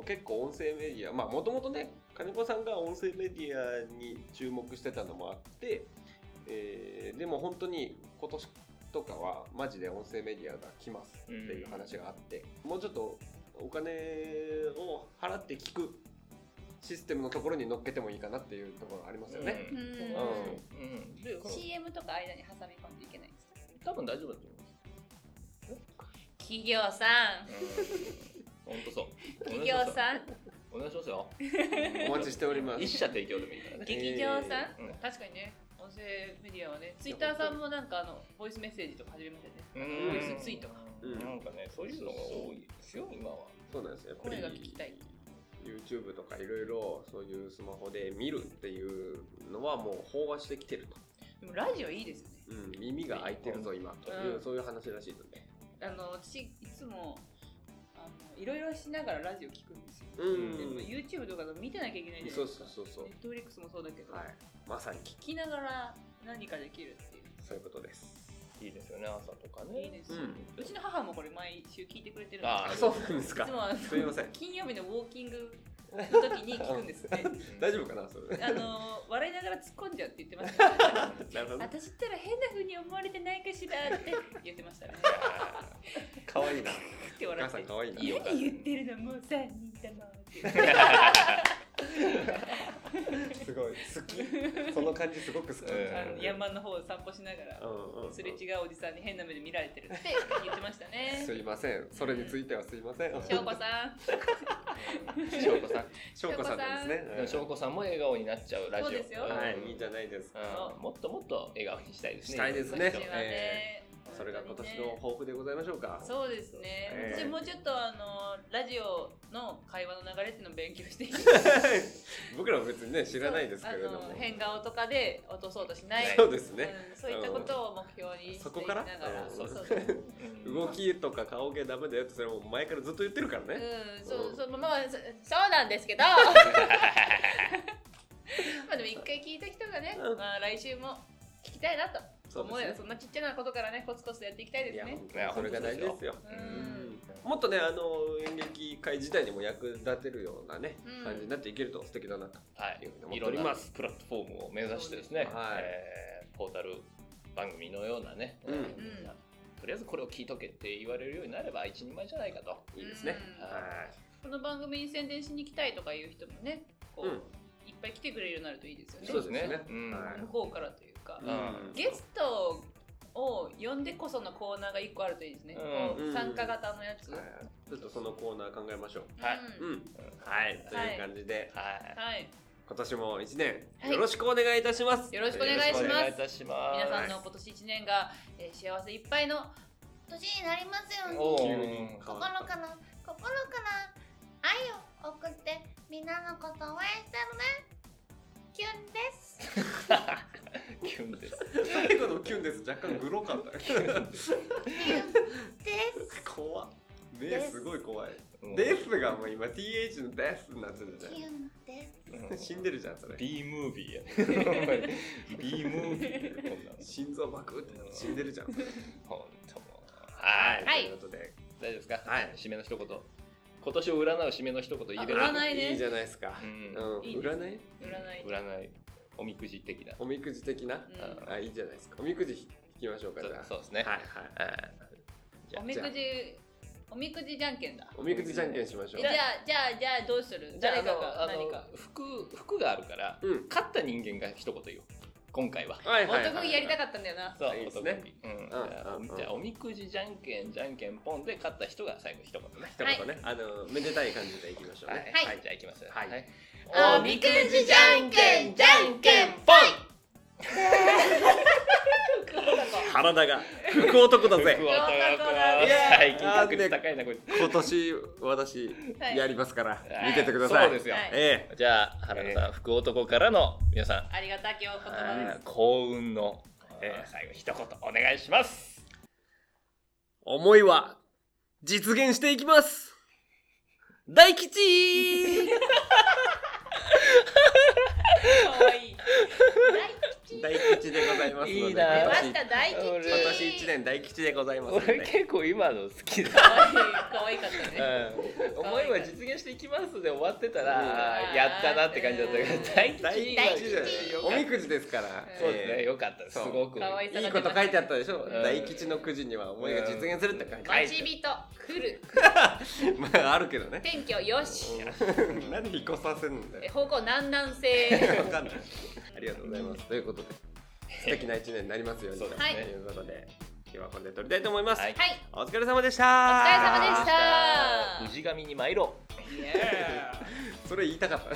Speaker 2: の結構音声メディアまあもともとね金子さんが音声メディアに注目してたのもあって、えーでも本当に今年とかはマジで音声メディアが来ますっていう話があって、もうちょっとお金を払って聞くシステムのところに乗っけてもいいかなっていうところありますよね。
Speaker 1: うん
Speaker 3: うん
Speaker 1: そうなんですようんでこの
Speaker 3: CM とか間に挟み込んでいけないんですか
Speaker 1: 多分大丈夫だと思います
Speaker 3: 企業さん
Speaker 1: うん本当そう
Speaker 3: 企業さん
Speaker 1: お願いしますよ
Speaker 2: お待ちしております
Speaker 1: 一社提供でもいいからね
Speaker 3: 劇場さん、
Speaker 1: うん
Speaker 3: 確かにね音声メディアはねツイッターさんもなんかあのボイスメッセージとか始めましたよね
Speaker 1: うん
Speaker 2: ボイ
Speaker 3: スツイートが
Speaker 2: うん
Speaker 1: なんかねそういうのが多いですよ今は
Speaker 2: そうなんですよやっぱり
Speaker 3: 声が聞きたい
Speaker 2: YouTube とかいろいろそういうスマホで見るっていうのはもう飽和してきてると、
Speaker 3: でもラジオいいですよね
Speaker 2: うん、耳が開いてるぞ今という、
Speaker 3: うん
Speaker 2: そういう話らしいので、
Speaker 3: あの私いつもあのいろいろしながらラジオ聞くんですよ、
Speaker 2: うん
Speaker 3: でも YouTube とかだと見てなきゃいけないじゃないですか
Speaker 2: そうそうそうそう
Speaker 3: Netflix もそうだけど、
Speaker 2: はい、まさに
Speaker 3: 聞きながら何かできるっていう。
Speaker 2: そういうことです
Speaker 1: いいですよね朝とかね
Speaker 3: いいですよね、
Speaker 2: う
Speaker 3: うちの母もこれ毎週聞いてくれてるん
Speaker 1: あ
Speaker 2: あ
Speaker 1: ー
Speaker 3: で
Speaker 2: そうなんです
Speaker 3: い
Speaker 2: か
Speaker 3: つもあの
Speaker 2: すみません
Speaker 3: 金曜日のウォーキングの時に聞くんですって。
Speaker 2: 大丈夫かなそれ
Speaker 3: あの笑いながら突っ込んじゃうって言ってました、
Speaker 2: <laughs>
Speaker 3: ね。
Speaker 2: なるほど
Speaker 3: 私ったら変な風に思われてないかしらって言ってましたね。
Speaker 1: かわいいな
Speaker 3: って
Speaker 2: お
Speaker 3: 笑
Speaker 2: 母
Speaker 3: っ
Speaker 2: さ
Speaker 3: て
Speaker 2: ん。可愛いな
Speaker 1: よ
Speaker 3: 何言ってるのもう3人だもんって言って。
Speaker 2: すごい好きその感じすごく好き
Speaker 1: うん
Speaker 3: あの山の方を散歩しながら
Speaker 2: うんうん
Speaker 3: すれ違うおじさんに変な目で見られてるって言ってましたね
Speaker 2: す。いませんそれについてはすいません
Speaker 3: しょうこさん、
Speaker 1: 翔子さん
Speaker 2: しょうこさんですね
Speaker 1: でも翔子さんも笑顔になっちゃうラジオ
Speaker 3: そうですよ
Speaker 1: ん
Speaker 2: はいいいんじゃないですか
Speaker 1: うんもっともっと笑顔にしたいですね
Speaker 2: したいですね
Speaker 3: 今年はね。
Speaker 2: それが今年の
Speaker 3: 本
Speaker 2: 抱負でございましょうか
Speaker 3: 当にねそうですね、
Speaker 2: ええ
Speaker 3: 私もうちょっとあのラジオの会話の流れっていうのを勉強していきたい
Speaker 2: 僕らも別にね <laughs> 知らないですけれど
Speaker 3: あ
Speaker 2: も
Speaker 3: の変顔とかで落とそうとしない、
Speaker 2: そうですね
Speaker 3: うん、そういったことを目標にしていきながら
Speaker 2: そこからうん
Speaker 3: そうそう
Speaker 1: うん
Speaker 2: 動きとか顔毛ダメだよってそれもう前からずっと言ってるからね
Speaker 3: うん、そう、そう、まあまあ、そそうなんで
Speaker 2: <laughs>
Speaker 3: すけど。まあ、でも一回聞いた人がね
Speaker 2: うん、
Speaker 3: まあ、来週も聞きたいなと
Speaker 2: そうですね
Speaker 3: 思うよ。そんなちっちゃなことからね、コツコツとやっていきたいで
Speaker 2: いや
Speaker 3: すね。
Speaker 2: 本当にそれが大事ですよ
Speaker 3: う
Speaker 1: 当に
Speaker 2: う
Speaker 3: ん、
Speaker 2: んもっとねあの演劇界自体にも役立てるようなね
Speaker 3: うん
Speaker 2: 感じになっていけると素敵だなと
Speaker 1: はい、いろんなプラットフォームを目指してですね、
Speaker 2: はい
Speaker 1: えーポータル番組のようなね、
Speaker 2: うん
Speaker 1: えーみなとりあえずこれを聞いとけって言われるようになれば一人前じゃないかと。
Speaker 2: いいですね
Speaker 3: うん
Speaker 2: は
Speaker 3: この番組に宣伝しに来たいとかいう人もね、こ
Speaker 2: いうん
Speaker 3: う、いっぱい来てくれるようになるといいですよね。
Speaker 1: そうですねうん
Speaker 2: はい
Speaker 3: 向こうからというか
Speaker 1: う、ん
Speaker 3: ゲスト。を呼んでこそのコーナーが一個あるといいですね。
Speaker 1: うん
Speaker 3: こう参加型のやつ。
Speaker 2: はいちょっとそのコーナー考えましょう。
Speaker 1: はい
Speaker 2: うん
Speaker 3: うん
Speaker 2: はい、という感じで、
Speaker 1: はい。
Speaker 3: はい。
Speaker 2: 今年も一年
Speaker 3: はい
Speaker 2: よろしくお願いいたします。
Speaker 3: よろしくお願いしま
Speaker 1: よ
Speaker 3: す
Speaker 1: ろくお願いいたします。
Speaker 3: 皆さんの今年1年が、えー幸せいっぱいの年になりますように
Speaker 1: お
Speaker 2: 急
Speaker 1: ー <laughs>
Speaker 2: に変
Speaker 4: 心
Speaker 2: わ
Speaker 4: か
Speaker 2: った。
Speaker 4: ら心から愛を送ってみんなのことを応援してるねキュンです
Speaker 1: キュンです。
Speaker 2: <laughs> 最後のキュンです。若干グロか
Speaker 3: <laughs>
Speaker 2: った。
Speaker 4: キュンです
Speaker 2: 怖っ。目すごい怖い。
Speaker 1: もう
Speaker 2: ですがもう今 TH のですになってるじ
Speaker 4: キュンです
Speaker 1: う
Speaker 2: ゃん。
Speaker 1: ん
Speaker 2: 死んでるじゃんそれ。
Speaker 1: B ムービーやね。ほんまに B ムービーこんなの。
Speaker 2: 心臓バクってなって死んでるじゃん。
Speaker 1: ほんともうはい。
Speaker 3: はい
Speaker 2: ということで、
Speaker 1: 大丈夫ですか。
Speaker 2: はい
Speaker 1: 締めの一言。今年を占う締めの一言いいです
Speaker 3: あ占いね
Speaker 2: いいじゃないですか。
Speaker 1: う
Speaker 2: うんん。
Speaker 3: いいです
Speaker 2: 占い？
Speaker 3: 占い
Speaker 1: 占い。おみくじ的な。
Speaker 2: おみくじ的な
Speaker 3: うん。
Speaker 2: あいいじゃないですか。おみくじ引きましょうか
Speaker 1: そ
Speaker 2: じ
Speaker 1: う
Speaker 2: ゃあ。
Speaker 1: そうですね。
Speaker 2: はいはい。
Speaker 1: じゃ
Speaker 3: お
Speaker 1: あ
Speaker 3: みくじおみくじじゃんけんだ
Speaker 2: おみくじじゃんけんしましょう
Speaker 3: じゃ。あじゃあじゃあどうする
Speaker 1: じゃあ
Speaker 3: 誰
Speaker 1: あ
Speaker 3: か
Speaker 1: の
Speaker 3: が
Speaker 1: あの
Speaker 3: 何か
Speaker 1: 服服があるから、
Speaker 2: うん。
Speaker 1: 勝った人間が一言言おう今回は。
Speaker 2: はいはい、はい。
Speaker 3: 男やりたかったんだよな
Speaker 1: そう
Speaker 2: いいですね
Speaker 1: 男気うんじ
Speaker 2: うんうんうん
Speaker 1: ゃあおみくじじゃんけんじゃんけんポンで勝った人が最後一言ね。
Speaker 2: 一言ね、あのめでたい感じでいきましょうね。
Speaker 1: はい、
Speaker 4: はい
Speaker 1: じゃあいきますよ。
Speaker 2: はい
Speaker 3: おみくじじゃんけんじゃん <laughs> けん
Speaker 1: ポン <laughs>
Speaker 2: 体が福男だぜ
Speaker 1: 福。男
Speaker 3: い
Speaker 2: やー
Speaker 1: 最近確率高いなこれ。
Speaker 2: 今年私
Speaker 3: はい
Speaker 2: やりますから、
Speaker 1: はい
Speaker 2: 見ててください。
Speaker 1: そうですよ。
Speaker 3: はい
Speaker 2: ええ
Speaker 1: じゃあ原田さん、福男からの皆さん、
Speaker 3: ありがたきお言葉
Speaker 1: あー幸運の、
Speaker 2: ええ
Speaker 1: 最後一言お願いします。
Speaker 2: 思いは実現していきます。大吉。
Speaker 3: ですかわいい
Speaker 2: 大吉でございますので。
Speaker 1: いいな
Speaker 3: 出
Speaker 1: ー
Speaker 3: ま
Speaker 2: 今
Speaker 3: し
Speaker 2: 年
Speaker 3: た大吉
Speaker 1: 今
Speaker 2: 今年一年大吉でございますの
Speaker 1: 俺
Speaker 2: で。
Speaker 1: 結構今の好きだ。
Speaker 3: かわいいかわいかったね
Speaker 1: うん思いは実現していきますで終わってた
Speaker 2: うん
Speaker 1: ら、あーやったなって感じだったけど
Speaker 3: うん、
Speaker 1: 大吉
Speaker 2: 大吉
Speaker 1: は
Speaker 2: じゃ
Speaker 4: 大
Speaker 2: ない
Speaker 4: 吉
Speaker 2: おみくじですから。
Speaker 1: そうですね、
Speaker 2: え
Speaker 1: 良かったです、
Speaker 2: そう
Speaker 1: すごく。
Speaker 3: かわい
Speaker 2: えいいこと書いてあったでしょ。
Speaker 1: ん
Speaker 2: 大吉のくじには思いが実現するって書いてあ
Speaker 1: は
Speaker 2: る
Speaker 1: い
Speaker 3: 待ち人来る
Speaker 2: <laughs> まああるけどね。
Speaker 3: 天気をよし
Speaker 2: なんで引っ越させるんだ
Speaker 3: え
Speaker 2: よ。
Speaker 3: 方向南南西
Speaker 2: わかんない。ありがとうございます。ということで、素敵な一年になりますように。
Speaker 1: そうです
Speaker 3: ねはい
Speaker 2: ということで、今日はこれで撮りたいと思います。
Speaker 1: はい
Speaker 3: はい
Speaker 2: お疲れ様でした。お
Speaker 3: お疲れ様でし
Speaker 1: 無
Speaker 3: た
Speaker 1: 事神に参ろう。 <laughs>
Speaker 2: た。それ言いたかった。